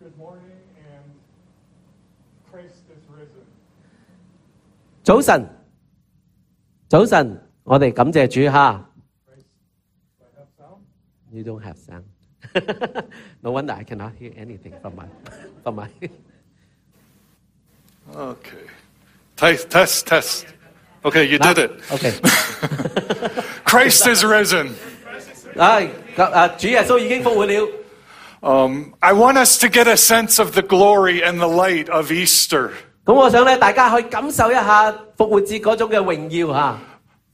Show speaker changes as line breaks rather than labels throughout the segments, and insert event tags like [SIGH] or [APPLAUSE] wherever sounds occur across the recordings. good morning and Christ is risen.
早晨，早晨，我哋感謝主哈。
Christ, do I have sound?
You don't have sound. [LAUGHS] no wonder I cannot hear anything from my from my. [LAUGHS]
Okay. Test, test, test. Okay, you did it.
Okay.
Christ is risen.
啊，啊，主耶穌已經復活了。
I want us to get a sense of the glory and the light of Easter,
咁我想咧，大家去感受一下復活節嗰種嘅榮耀嚇。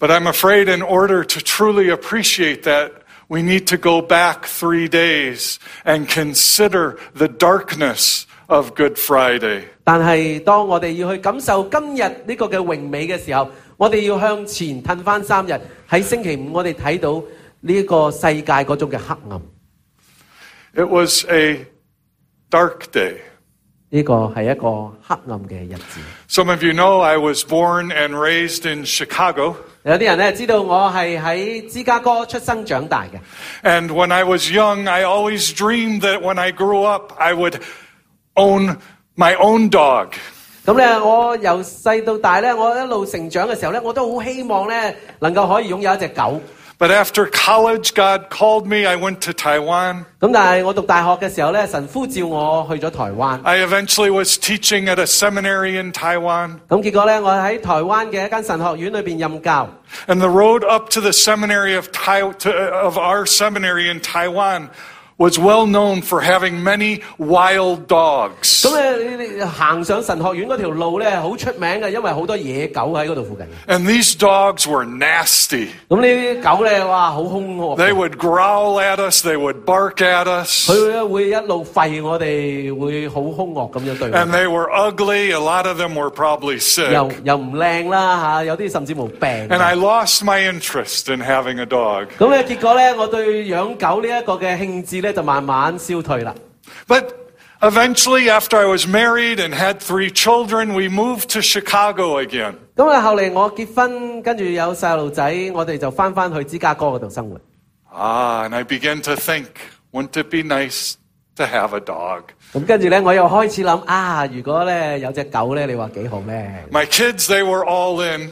but I'm afraid in order to truly appreciate that, we need to go back three days and consider the darkness of Good Friday.
但係當我哋要去感受今日呢個嘅榮美嘅時候，我哋要向前褪翻三日。喺星期五，我哋睇到呢一個世界嗰種嘅黑暗，呢、
It was a dark day.
個係一個黑暗嘅日子。
Some of you know I was born and raised in Chicago.
有啲人咧知道我係喺芝加哥出生長大嘅。
And when I was young, I always dreamed that when I grew up, I would own my own dog.
咁咧，我由細到大咧，我一路成長嘅時候咧，我都好希望咧能夠可以擁有一隻狗。
But after college, God called me. I went to Taiwan.
咁但係我讀大學嘅時候咧，神呼召我去咗台灣。
I eventually was teaching at a seminary in Taiwan.
咁結果咧，我喺台灣嘅一間神學院裏邊任教。
And the road up to the seminary of, tai- to, of our seminary in Taiwan was well known for having many wild dogs.
咁咧，你你行上神學院嗰條路咧，好出名嘅，因為好多野狗喺嗰度附近。
And these dogs were nasty.
咁呢啲狗咧，哇，好兇惡。
They would growl at us, they would bark at us.
佢咧會一路吠我哋，會好兇惡咁樣對我
And。they were ugly. A lot of them were probably sick.
又又唔靚啦嚇，有啲甚至乎病。
And I lost my interest in having a dog.
咁咧，結果咧，我對養狗呢一個嘅興致咧，就慢慢消退啦。
But eventually, after I was married and had three children, we moved to Chicago again.
咁啊，後嚟我結婚，跟住有細路仔，我哋就翻翻去芝加哥嗰度生活。
Ah, and I began to think, wouldn't it be nice to have a dog?
咁跟住咧，我又開始諗啊，如果咧有隻狗咧，你話幾好咧？
My kids, they were all in.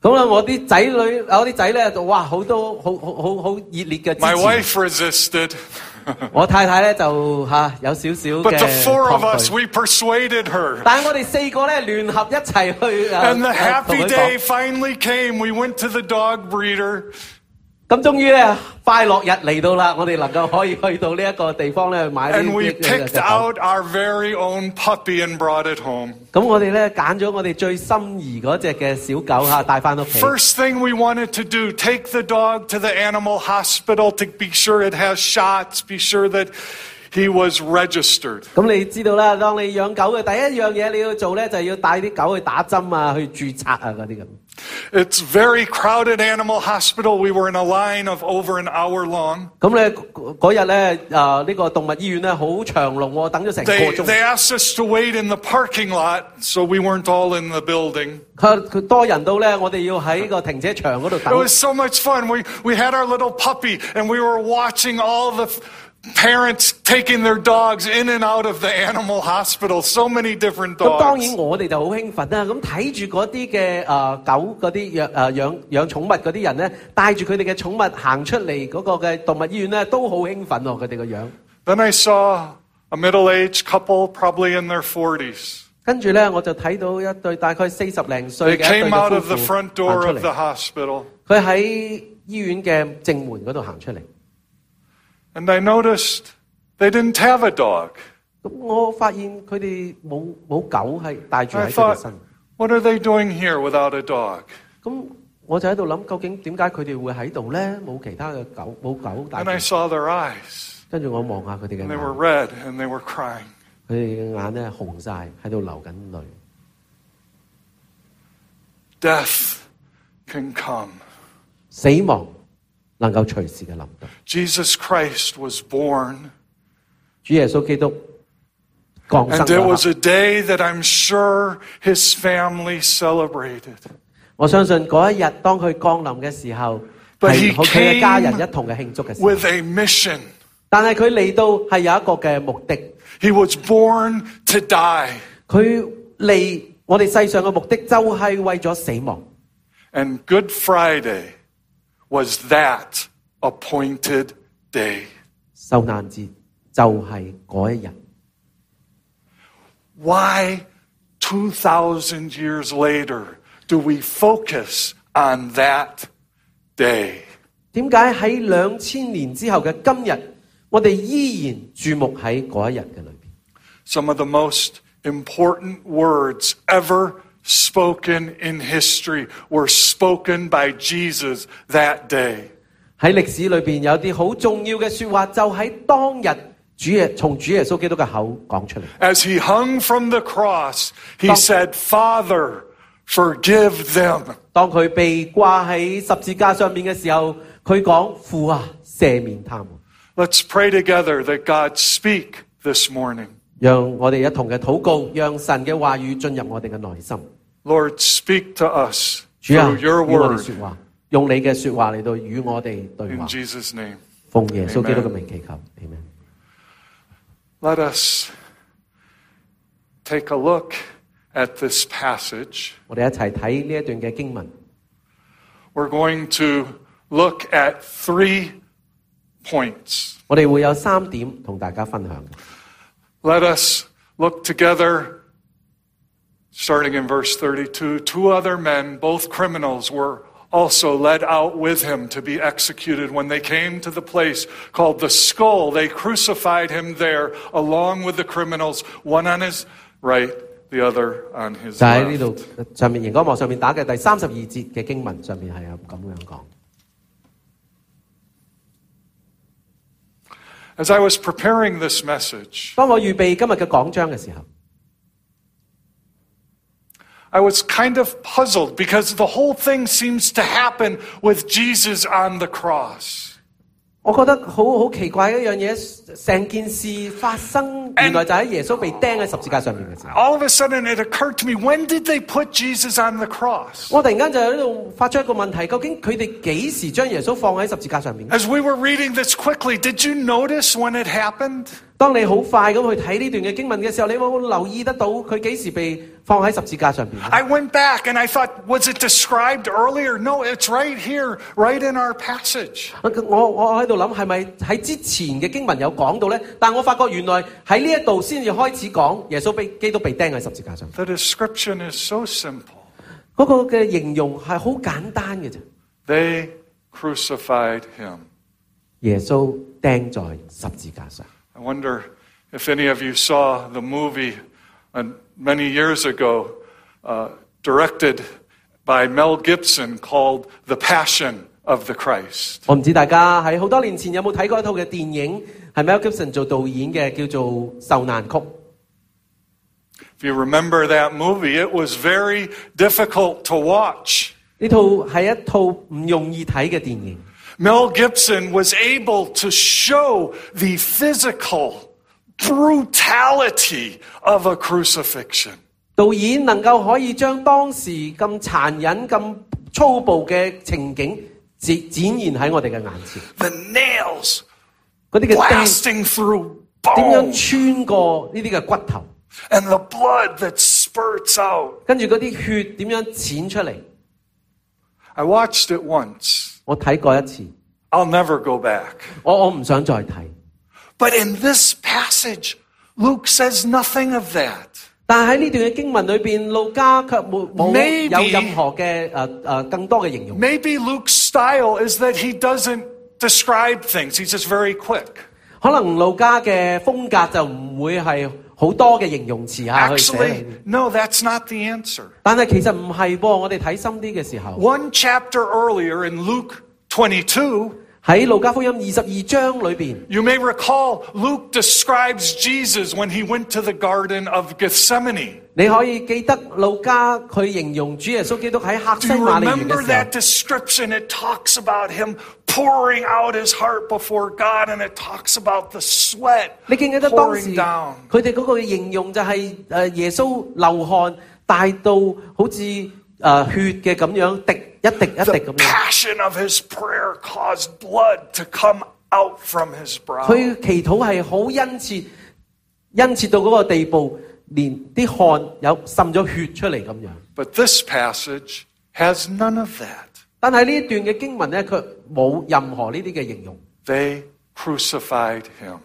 咁啊，我啲仔女，我啲仔咧就哇好多好好好好熱烈嘅支
My
持。
wife resisted. [LAUGHS]
我太太咧就嚇、有少少
But the
嘅
four of
抗
us,
拒。
we persuaded her.
但係我哋四個咧聯合一齊去啊
And the
啊同
happy
佢
day
講。
finally came. We went to the dog breeder.
咁終於咧快樂日嚟到啦，我哋能夠可以去到呢一個地方咧去買呢
And
啲
we
呢呢呢隻
picked
狗。
out our very own puppy and brought it home.
咁我哋咧揀咗我哋最心儀嗰只嘅小狗嚇，帶翻屋企。
First thing we wanted to do, take the dog to the animal hospital to be sure it has shots, be sure that he was registered.
咁你知道啦，當你養狗嘅第一樣嘢你要做咧，就係要帶啲狗去打針啊，去註冊啊嗰啲咁。
It's very crowded animal hospital. We were in a line of over an hour long.
咁咧嗰嗰日咧，誒呢個動物醫院咧好長龍喎，等咗成個
They, they
鐘。
asked us to wait in the parking lot, so we weren't all in the building.
佢佢多人到咧，我哋要喺個停車場嗰度
It
等。
was so much fun. We, we had our little puppy, and we were watching all the f- parents taking their dogs in and out of the animal hospital. So many different
咁當然
dogs.
我哋就好興奮啦。咁睇住嗰啲嘅誒狗嗰啲養誒養養寵物嗰啲人咧，帶住佢哋嘅寵物行出嚟嗰個嘅動物醫院咧，都好興奮喎。佢哋個樣。
Then I saw a middle aged couple, probably in their 40s.
跟住咧，我就睇到一對大概四十零
They
歲嘅一對
came out of
嘅
the
夫婦行
front
出
door of
嚟
the。hospital,
佢喺醫院嘅正門嗰度行出嚟。
and I noticed they didn't have a dog.
咁我發現佢哋冇冇狗係帶住
I
喺佢哋
thought,
身。
what are they doing here without a dog?
咁我就喺度諗，究竟點解佢哋會喺度咧？冇其他嘅狗，冇狗帶
And I
住。
saw their eyes,
跟住我望下佢哋嘅
and
眼，
they were
佢
red, and they were crying.
哋嘅眼咧紅晒，喺度流緊淚。
Death can come.
死亡能夠隨時嘅臨到。
Jesus Christ was born.
主耶穌基督降生
And it
嗰
was
刻
a day that I'm sure his family celebrated.
我相信嗰一日當佢降臨嘅時候，
But he
係同佢嘅
came
家人一同嘅慶祝嘅時候。
With a mission.
但係佢嚟到係有一個嘅目的，
He was born to die
佢嚟我哋世上嘅目的就係為咗死亡。
And Good Friday was that appointed day.
受難節就係嗰一日。
Why 2,000 years later do we focus on that day?
點解喺兩千年之後嘅今日，我哋依然注目喺嗰一日嘅裏邊？
Some of the most important words ever spoken in history were spoken by Jesus that day.
喺歷史裏邊有啲好重要嘅説話，就喺當日主耶從主耶穌基督嘅口講出嚟。
As he hung from the cross, he said, Father, forgive them.
當佢被掛喺十字架上面嘅時候，佢講：父啊，赦免他們。
Let's pray together that God speak this morning.
讓我哋一同嘅禱告，讓神嘅話語進入我哋嘅內心。
Lord, speak to us
主啊，
through
與我
your
哋
word.
説話，用你嘅説話嚟到與我哋對
In
話。
Jesus' name.
奉耶穌基督嘅名祈求，Amen。
Let us take a look at this passage.
我哋一齊睇呢一段嘅經文。
We're going to look at three points.
我哋會有三點同大家分享。
Let us look together, starting in verse 32. Two other men, both criminals, were also led out with him to be executed. When they came to the place called the skull, they crucified him there along with the criminals, one on his right, the other on his
就喺呢
left.
度上面熒光幕上面打嘅第三十二節嘅經文上面係有咁樣講。
As I was preparing this message,
當我預備今日嘅講章嘅時候，
I was kind of puzzled because the whole thing seems to happen with Jesus on the cross.
我覺得好好奇怪一樣嘢，成件事發生原來就喺耶穌被釘喺十字架上面嘅時候，
All of a sudden, it occurred to me when did they put Jesus on the cross?
我突然間就喺度發出一個問題：究竟佢哋幾時將耶穌放喺十字架上面？
As we were reading this quickly, did you notice when it happened?
當你好快咁去睇呢段嘅經文嘅時候，你有冇留意得到佢幾時被放喺十字架上面？啊
I went back and I thought, was it described earlier? No, it's right here, right in our passage.
我我我喺度諗係咪喺之前嘅經文有講到呢？但我發覺原來喺呢一度先至開始講耶穌被基督被釘喺十字架上。
The description is so simple.
嗰、個嘅形容係好簡單嘅啫。
They crucified him.
耶穌釘在十字架上。
I wonder if any of you saw the movie uh, many years ago, uh, directed by Mel Gibson, called The Passion of the Christ.
我唔知大家喺好多年前有冇睇過一套嘅電影，係 Mel Gibson 做導演嘅，叫做《受難曲》。
If you remember that movie, it was very difficult to watch.
呢套係一套唔容易睇嘅電影。
Mel Gibson was able to show the physical brutality of a crucifixion.
導演能夠可以將當時咁殘忍、咁粗暴嘅情景展展現喺我哋嘅眼前。
The nails
嗰啲嘅釘
blasting through
點
bone.
樣穿過呢啲嘅骨頭，
and the blood that spurts out.
跟住嗰啲血點樣濺出嚟？
I watched it once.
我睇過一次，
I'll never go back.
我我唔想再睇。
But in this passage, Luke says nothing of that.
但係喺呢段嘅經文裏邊，路加卻冇冇
Maybe-
有任何嘅誒誒更多嘅形容。
Maybe Luke's style is that he doesn't describe things, he's just very quick.
可能路加嘅風格就唔會係好多嘅形容詞下去寫
Actually,
嚟。
no, that's not the answer.
但係其實唔係噃，我哋睇深啲嘅時候，
One chapter earlier in Luke 22,
喺路加福音二十二章裏邊，
you may recall Luke describes Jesus when he went to the Garden of Gethsemane.
你可以記得路加佢形容主耶穌基督喺客
Do
西
you
馬尼園嘅
remember
時候
that。description? It talks about him pouring out his heart before God, and it talks about the sweat
你記唔記得當時
pouring
佢
down.
哋嗰個形容就係誒耶穌流汗大到好似誒血嘅咁樣滴一滴一滴
The
咁樣，
passion of his prayer caused blood to come out from his brow.
佢祈禱係好殷切，殷切到嗰個地步，連啲汗有滲咗血出嚟咁樣。
But this passage has none of that.
但係呢一段嘅經文咧，佢冇任何呢啲嘅形容。
They crucified him.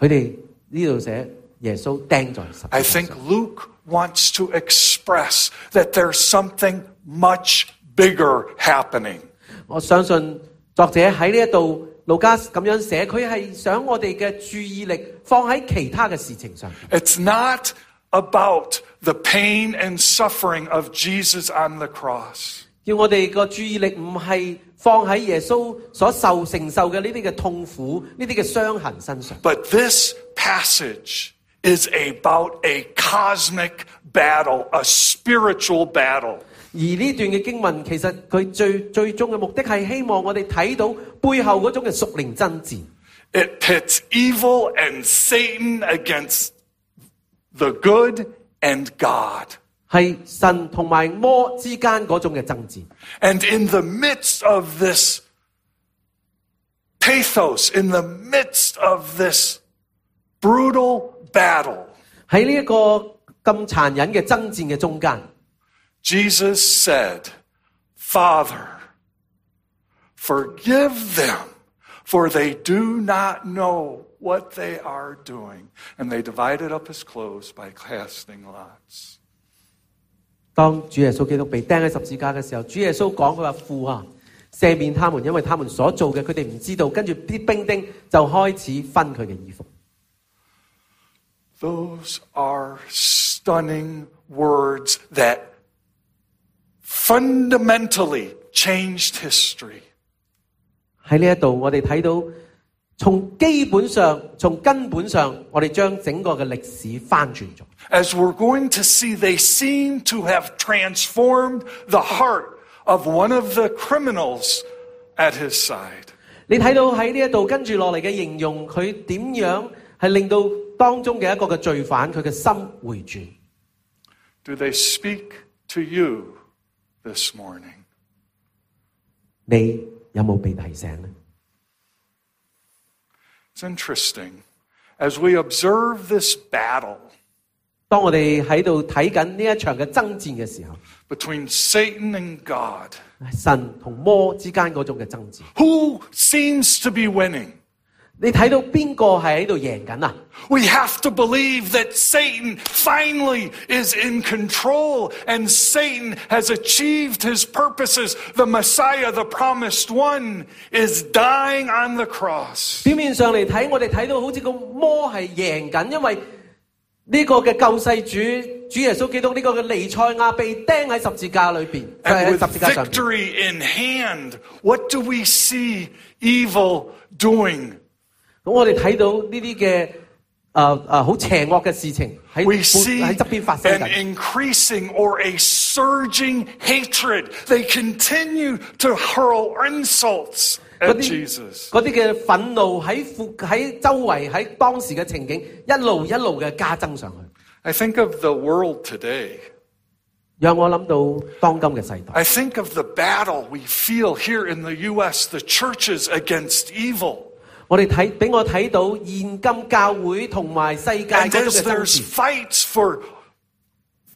佢哋呢度寫耶穌釘在十字架
I
上
think Luke wants to express that there's something much bigger happening.
我相信作者喺呢一度路加咁樣寫，佢係想我哋嘅注意力放喺其他嘅事情上。
It's not about the pain and suffering of Jesus on the cross.
要我哋個注意力唔係放喺耶穌所受承受嘅呢啲嘅痛苦、呢啲嘅傷痕身上，
But this passage is about a cosmic battle, a spiritual battle.
而呢段嘅經文其實佢最最終嘅目的係希望我哋睇到背後嗰種嘅屬靈爭戰，
It pits evil and Satan against the good and God.
係神同埋魔之間嗰種嘅爭戰。
And in the midst of this pathos, in the midst of this brutal battle,
喺呢一個咁殘忍嘅爭戰嘅中間，
Jesus said, Father, forgive them, for they do not know what they are doing. And they divided up his clothes by casting lots.
當主耶穌基督被釘喺十字架嘅時候，主耶穌講佢話父啊，赦免他們，因為他們所做嘅佢哋唔知道。跟住啲兵丁就開始分佢嘅衣服。
Those are stunning words that fundamentally changed history.
喺呢一度，我哋睇到從基本上、從根本上，我哋將整個嘅歷史翻轉咗。
As we're going to see, they seem to have transformed the heart of one of the criminals at his side.
你睇到喺呢一度跟住落嚟嘅形容，佢點樣係令到當中嘅一個嘅罪犯佢嘅心回轉。
Do they speak to you this morning?
你有冇被提醒呢？
It's interesting. As we observe this battle
當我哋喺度睇緊呢一場嘅爭戰嘅時候，
between Satan and God,
神同魔之間嗰種嘅爭戰，
who seems to be winning?
你睇到邊個係喺度贏緊啊？
We have to believe that Satan finally is in control and Satan has achieved his purposes. The Messiah, the promised one, is dying on the cross.
表面上嚟睇，我哋睇到好似個魔係贏緊，因為呢個嘅救世主主耶穌基督呢個嘅彌賽亞被釘喺十字架裏邊，就係
And
喺
with
十字架上邊。
victory in hand, what do we see evil doing?
咁我哋睇到呢啲嘅誒誒好邪惡嘅事情喺
We see
喺側邊發生
an
緊。
increasing or a surging hatred. They continue to hurl insults
嗰
at
啲
Jesus.
嗰啲嘅憤怒喺附喺周圍喺當時嘅情景一路一路嘅加增上去，
I think of the world today.
讓我諗到當今嘅世代。
I think of the battle we feel here in the U.S., the churches against evil.
我哋睇俾我睇到現今教會同埋世界嗰
And
種
as
嘅爭
there's
戰，
fights for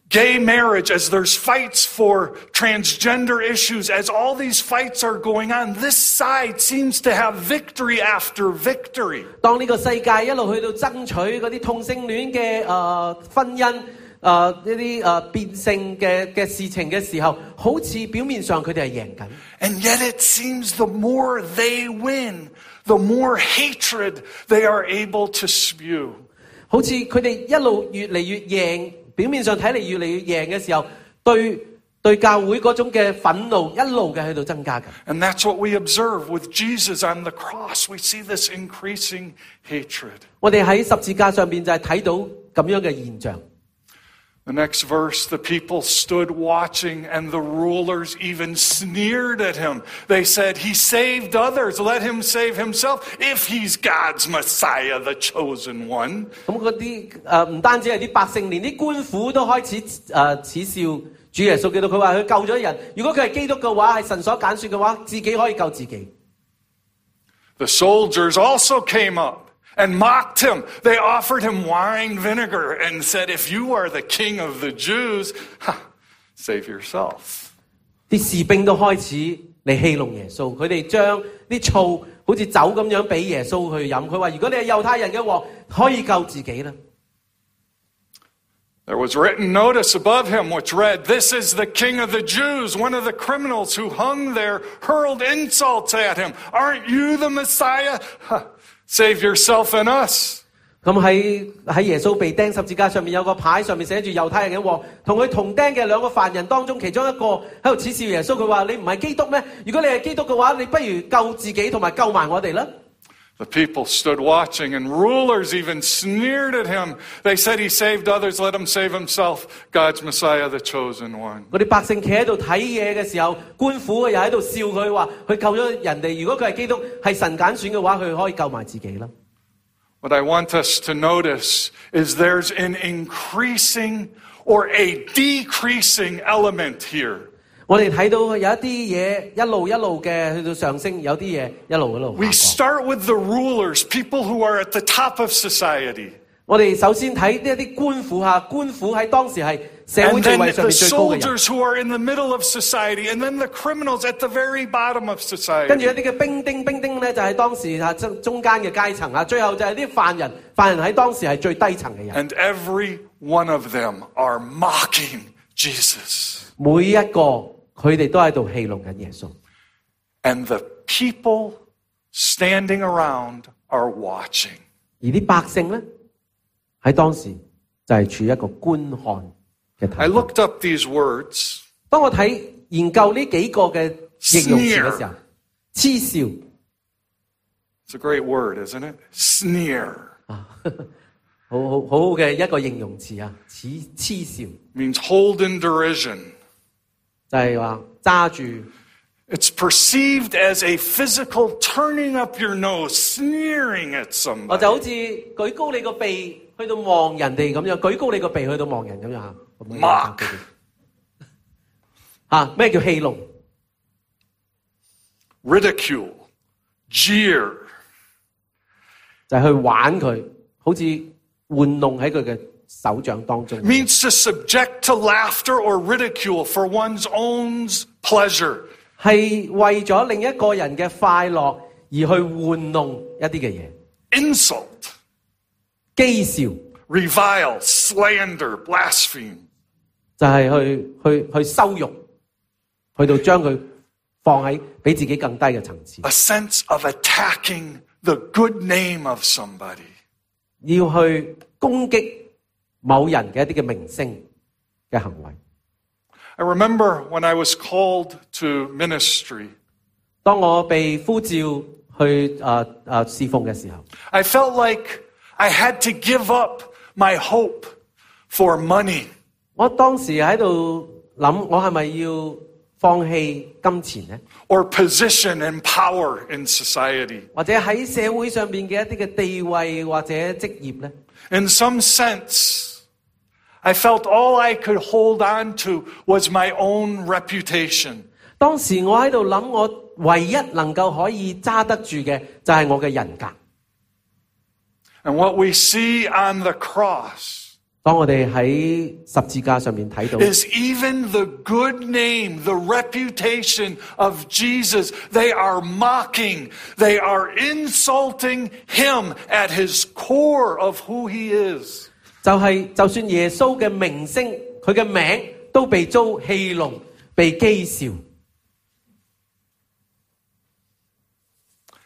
gay marriage, as there's fights for transgender issues, as all these fights are going on, this side seems to have victory after victory.
當呢個世界一路去到爭取嗰啲同性戀嘅誒、呃婚姻誒呃呢啲誒變性嘅嘅事情嘅時候，好似表面上佢哋係贏緊，
And yet it seems the more they win, the more hatred they are able to spew.
好似佢哋一路越嚟越贏，表面上睇嚟越嚟越贏嘅時候，對對教會嗰種嘅憤怒一路嘅喺度增加緊。
And that's what we observe with Jesus on the cross. We see this increasing hatred.
我哋喺十字架上邊就係睇到咁樣嘅現象。
The next verse the people stood watching, and the rulers even sneered at him. They said, He saved others. Let him save himself if he's God's Messiah, the chosen one.
咁嗰啲誒唔單止係啲百姓，連啲官府都開始誒、呃恥笑主耶穌基督。佢話佢救咗人，如果佢係基督嘅話，係神所揀選嘅話，自己可以救自己。
The soldiers also came up and mocked him. They offered him wine vinegar and said, If you are the king of the Jews, [LAUGHS] save yourself.
啲士兵都開始嚟戲弄耶穌，佢哋將啲醋好似酒咁樣俾耶穌去飲。佢話：如果你係猶太人嘅王，可以救自己啦。
There was written notice above him which read, This is the king of the Jews. One of the criminals who hung there hurled insults at him. Aren't you the Messiah? Save yourself and us.
咁喺喺耶穌被釘十字架上面有個牌，上面寫住猶太人嘅王，同佢同釘嘅兩個犯人當中，其中一個喺度恥笑耶穌，佢話：你唔係基督咩？如果你係基督嘅話，你不如救自己同埋救埋我哋啦。
The people stood watching, and rulers even sneered at him. They said, He saved others, let him save himself. God's Messiah, the chosen one.
嗰啲百姓企喺度睇嘢嘅時候，官府又喺度笑佢話：佢救咗人哋，如果佢係基督，係神揀選嘅話，佢可以救埋自己啦。
What I want us to notice is there's an increasing or a decreasing element here.
我哋睇到有一啲嘢一路一路嘅去到上升，有啲嘢一路一路
We
下降
start with the rulers, people who are at the top of society.
我哋首先睇呢一啲官府嚇，官府喺當時係社會
And
地
then
位上
the
面最高嘅人，
soldiers who are in the middle of society, and then the criminals at the very bottom of
跟住
society.
一啲嘅兵丁，兵丁咧就係當時嚇中中間嘅階層嚇，啊最後就係啲犯人，犯人喺當時係最低層嘅人。
And every one of them are mocking Jesus.
每一個佢哋都喺度戲弄緊耶穌，
And the people standing around are watching.
而啲百姓咧喺當時就係處於一個觀看嘅
I
態度。
looked up these words
當我睇研究呢幾個嘅形容詞嘅時候，嗤笑。
It's a great word, isn't it? Sneer
好好好好嘅一個形容詞啊，似黐笑，
means hold in derision.
就係話揸住
It's perceived as a physical turning up your nose, sneering at
我
somebody.
就好似舉高你個鼻去到望人哋咁樣，舉高你個鼻去到望人咁樣嚇。咁樣
Mock
啊，咩叫戲弄？
Ridicule, jeer.
就係去玩佢，好似玩弄喺佢嘅手掌當中。
Means to subject to laughter or ridicule for one's own pleasure.
係為咗另一個人嘅快樂而去玩弄一啲嘅嘢，
Insult,
讥笑
revile, slander, blaspheme.
就係去去去羞辱，去到將佢放喺比自己更低嘅層次。
a sense of attacking the good name of somebody.
要去攻擊某人嘅一啲嘅明星嘅行為。
I remember when I was called to ministry,
當我被呼召去啊啊侍奉嘅時候，
I felt like I had to give up my hope for money.
我當時喺度諗，我係咪要放棄金錢呢？
Or position and power in society.
或者喺社會上面嘅一啲嘅地位或者職業呢？
In some sense, I felt all I could hold on to was my own reputation.
當時我喺度諗，我唯一能夠可以揸得住嘅就係我嘅人格。
And what we see on the cross
當我哋喺十字架上面睇到。
is even the good name, the reputation of Jesus. They are mocking, they are insulting him at his core of who he is.
就係、就算耶穌嘅名聲，佢嘅名都被遭戲弄、被讥笑。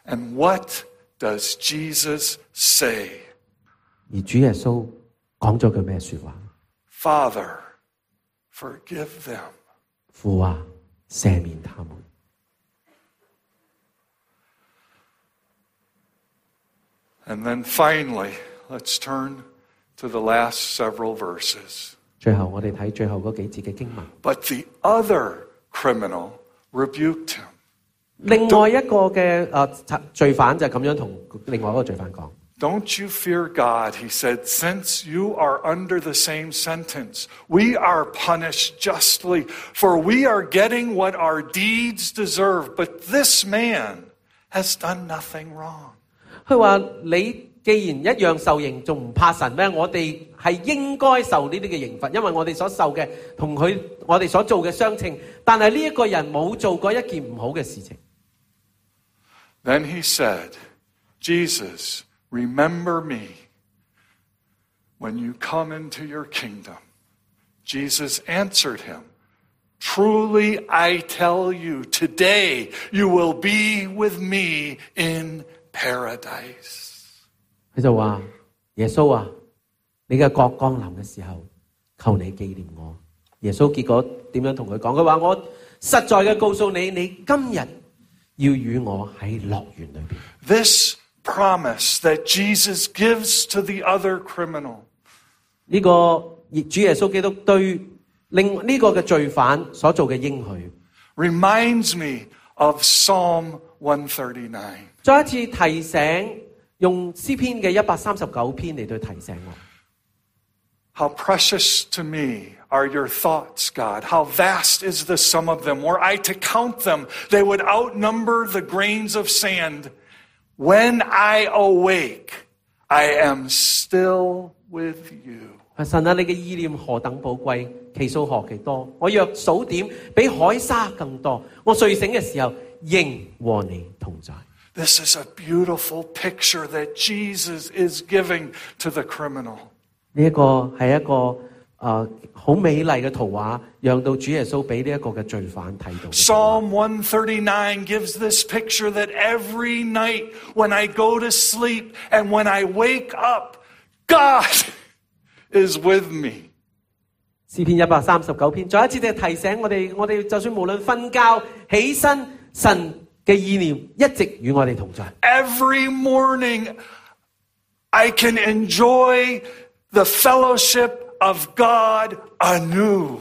And what does Jesus say?
而主耶穌講咗句咩説話？
Father, forgive them.
父啊，赦免他們。
And then finally, let's turn to the last several verses.
最後我哋睇最後嗰幾節嘅經文。
But the other criminal rebuked him.
另外一個嘅啊罪犯就係咁樣同另外一個罪犯講：
Don't you fear God? He said, since you are under the same sentence, we are punished justly, for we are getting what our deeds deserve. But this man has done nothing wrong.
佢話：你既然一樣受刑，仲唔怕神咩？我哋係應該受呢啲嘅刑罰，因為我哋所受嘅同佢我哋所做嘅相稱。但係呢一個人冇做過一件唔好嘅事情。
Then he said, Jesus, remember me when you come into your kingdom. Jesus answered him, Truly I tell you, today you will be with me in paradise.
佢就話：耶穌啊，你嘅國降臨嘅時候，求你紀念我。耶穌結果點樣同佢講？佢話：我實在嘅告訴你，你今日要與我喺樂園裏邊。
This promise that Jesus gives to the other criminal
呢、個主耶穌基督對另呢個嘅罪犯所做嘅應許，
reminds me of Psalm 139.
再一次提醒，用詩篇嘅一百三十九篇嚟到提醒我。
How precious to me are your thoughts, God. How vast is the sum of them. Were I to count them, they would outnumber the grains of sand. When I awake, I am still with you.
神啊，你嘅意念何等寶貴，其數何其多。我若數點，比海沙更多。我睡醒嘅時候，仍和你同在。
This is a beautiful picture that Jesus is giving to the criminal.
呢、一個係一個誒好、美麗嘅圖畫，讓到主耶穌俾呢一個嘅罪犯睇到嘅圖畫。
Psalm 139 gives this picture that every night when I go to sleep and when I wake up, God [LAUGHS] is with me.
詩篇一百三十九篇，再一次嘅提醒我哋，我哋就算無論瞓覺、起身，神嘅意念一直與我哋同在。
Every morning, I can enjoy the fellowship of God anew.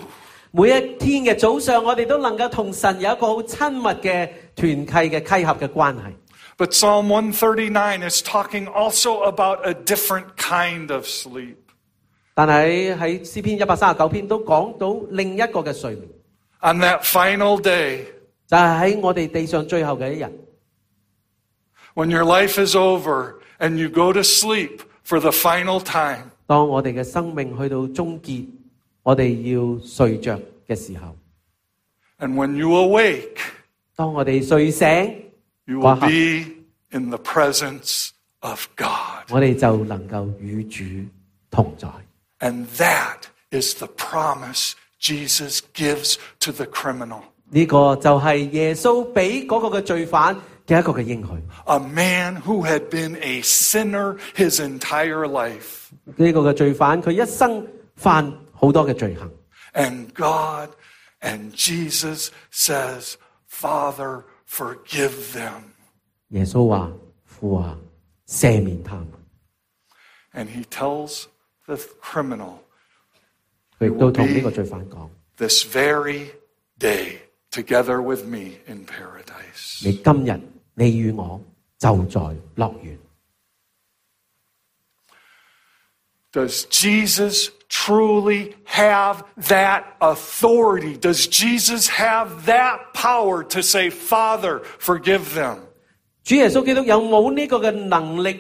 每一天嘅早上，我哋都能夠同神有一個好親密嘅團契嘅契合嘅關係。
But Psalm 139 is talking also about a different kind of sleep.
但係喺詩篇一百三十九篇都講到另一個嘅睡眠，
On that final day,
就係、喺我哋地上最後嘅一日。
when your life is over and you go to sleep for the final time,
當我哋嘅生命去到終結，我哋要睡着嘅時候，
and when you awake,
當我哋睡醒，
you will
Wow.
be in the presence of God.
我哋就能夠與主同在。
And that is the promise Jesus gives to the criminal.
呢、個就係耶穌俾嗰個嘅罪犯嘅一個嘅應許。
A man who had been a sinner his entire life.
呢、個嘅罪犯佢一生犯好多嘅罪行，
And God and Jesus says, Father, forgive them.
耶穌話：父啊，赦免他們。
And he tells the criminal
佢亦都同呢個罪犯講：
this very day together with me in paradise.
你今日你與我就在樂園。
Does Jesus truly have that authority? Does Jesus have that power to say, Father, forgive them?
主耶穌基督有冇呢個嘅能力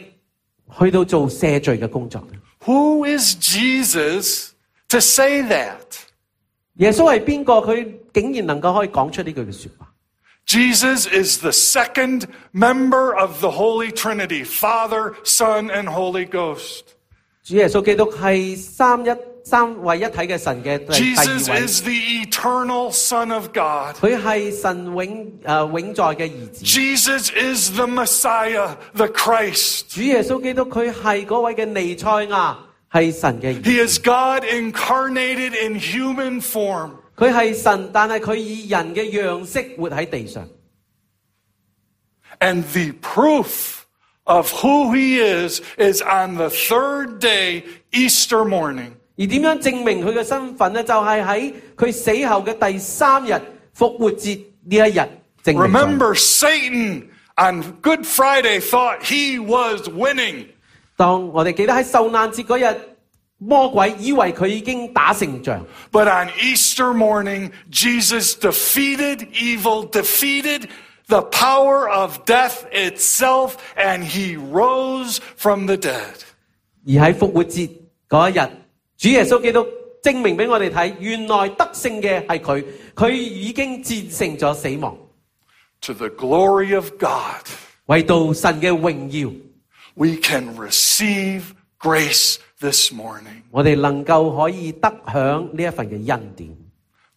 去到做赦罪嘅工作呢？
Who is Jesus to say that?
耶穌係邊個？佢竟然能夠可以講出呢句嘅说話。
Jesus is the second member of the Holy Trinity Father, Son, and Holy Ghost.
主耶穌基督係三一三位一體嘅神嘅第第
Jesus
二位。
is the eternal Son of God.
佢係神永誒、呃永在嘅兒子。
Jesus is the Messiah, the Christ.
主耶穌基督佢係嗰位嘅尼賽亞，係神嘅兒子。
He is God incarnated in human form.
佢係神，但係佢以人嘅樣式活喺地上。
And the proof of who he is is on the third day, Easter morning.
而點樣證明佢嘅身份呢？就係喺佢死後嘅第三日復活節呢一日證明咗。
Remember, Satan on Good Friday thought he was winning.
當我哋記得喺受難節嗰日，魔鬼以為佢已經打勝仗，
But on Easter morning, Jesus defeated evil, defeated the power of death itself, and he rose from the dead.
而喺復活節嗰一日，主耶穌基督證明俾我哋睇，原來得勝嘅係佢，佢已經戰勝咗死亡，
To the glory of God,
為到神嘅榮耀，
we can receive grace this morning.
我哋能夠可以得享呢一份嘅恩典。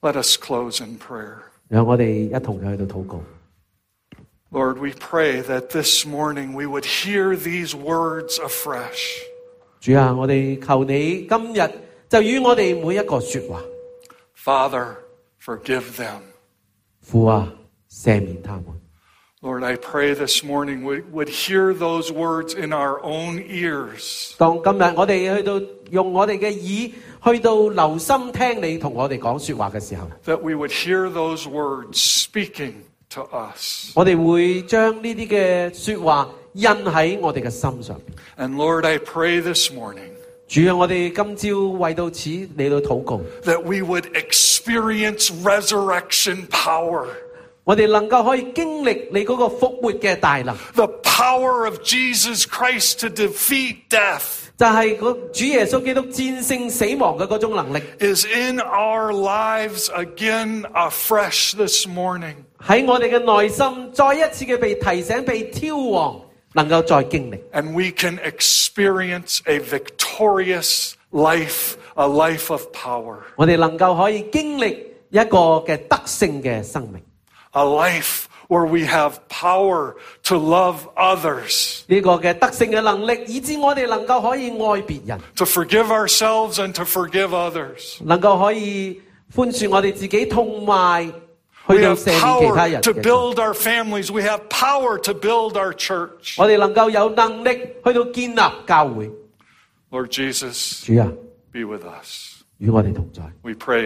Let us close in prayer.
讓我哋一同去到禱告。
Lord, we pray that this morning we would hear these words afresh.
主啊，我哋求你今日就與我哋每一個说話。
Father, forgive them.
父啊，赦免他們。
Lord, I pray this morning we would hear those words in our own ears.
當今日我哋去到用我哋嘅耳去到留心聽你同我哋講说話嘅時候，
that we would hear those words speaking to us.
我哋會將呢啲嘅说話印喺我哋嘅心上邊。
And Lord, I pray this morning
主啊，我哋今朝為到此嚟到禱告，
that we would experience resurrection power,
我哋能夠可以經歷你嗰個復活嘅大能，
the power of Jesus Christ to defeat death.
就係嗰主耶穌基督戰勝死亡嘅嗰種能力。
Is in our lives again afresh this morning.
喺我哋嘅內心再一次嘅被提醒、被挑旺，能夠再經歷，
And we can experience a victorious life, a life of power,
我哋能夠可以經歷一個嘅德性嘅生命。
a life where we have power to love others.
呢、個嘅德性嘅能力，以致我哋能夠可以愛別人，
to forgive ourselves and to forgive others.
能夠可以寬恕我哋自己，同埋
We
去到
have
赦免其他
power
人
to
嘅罪。
build our families. We have power to build our church.
我哋能夠有能力去到建立教會。
Lord Jesus,
主啊，
be with us.
與我哋同在。
We pray.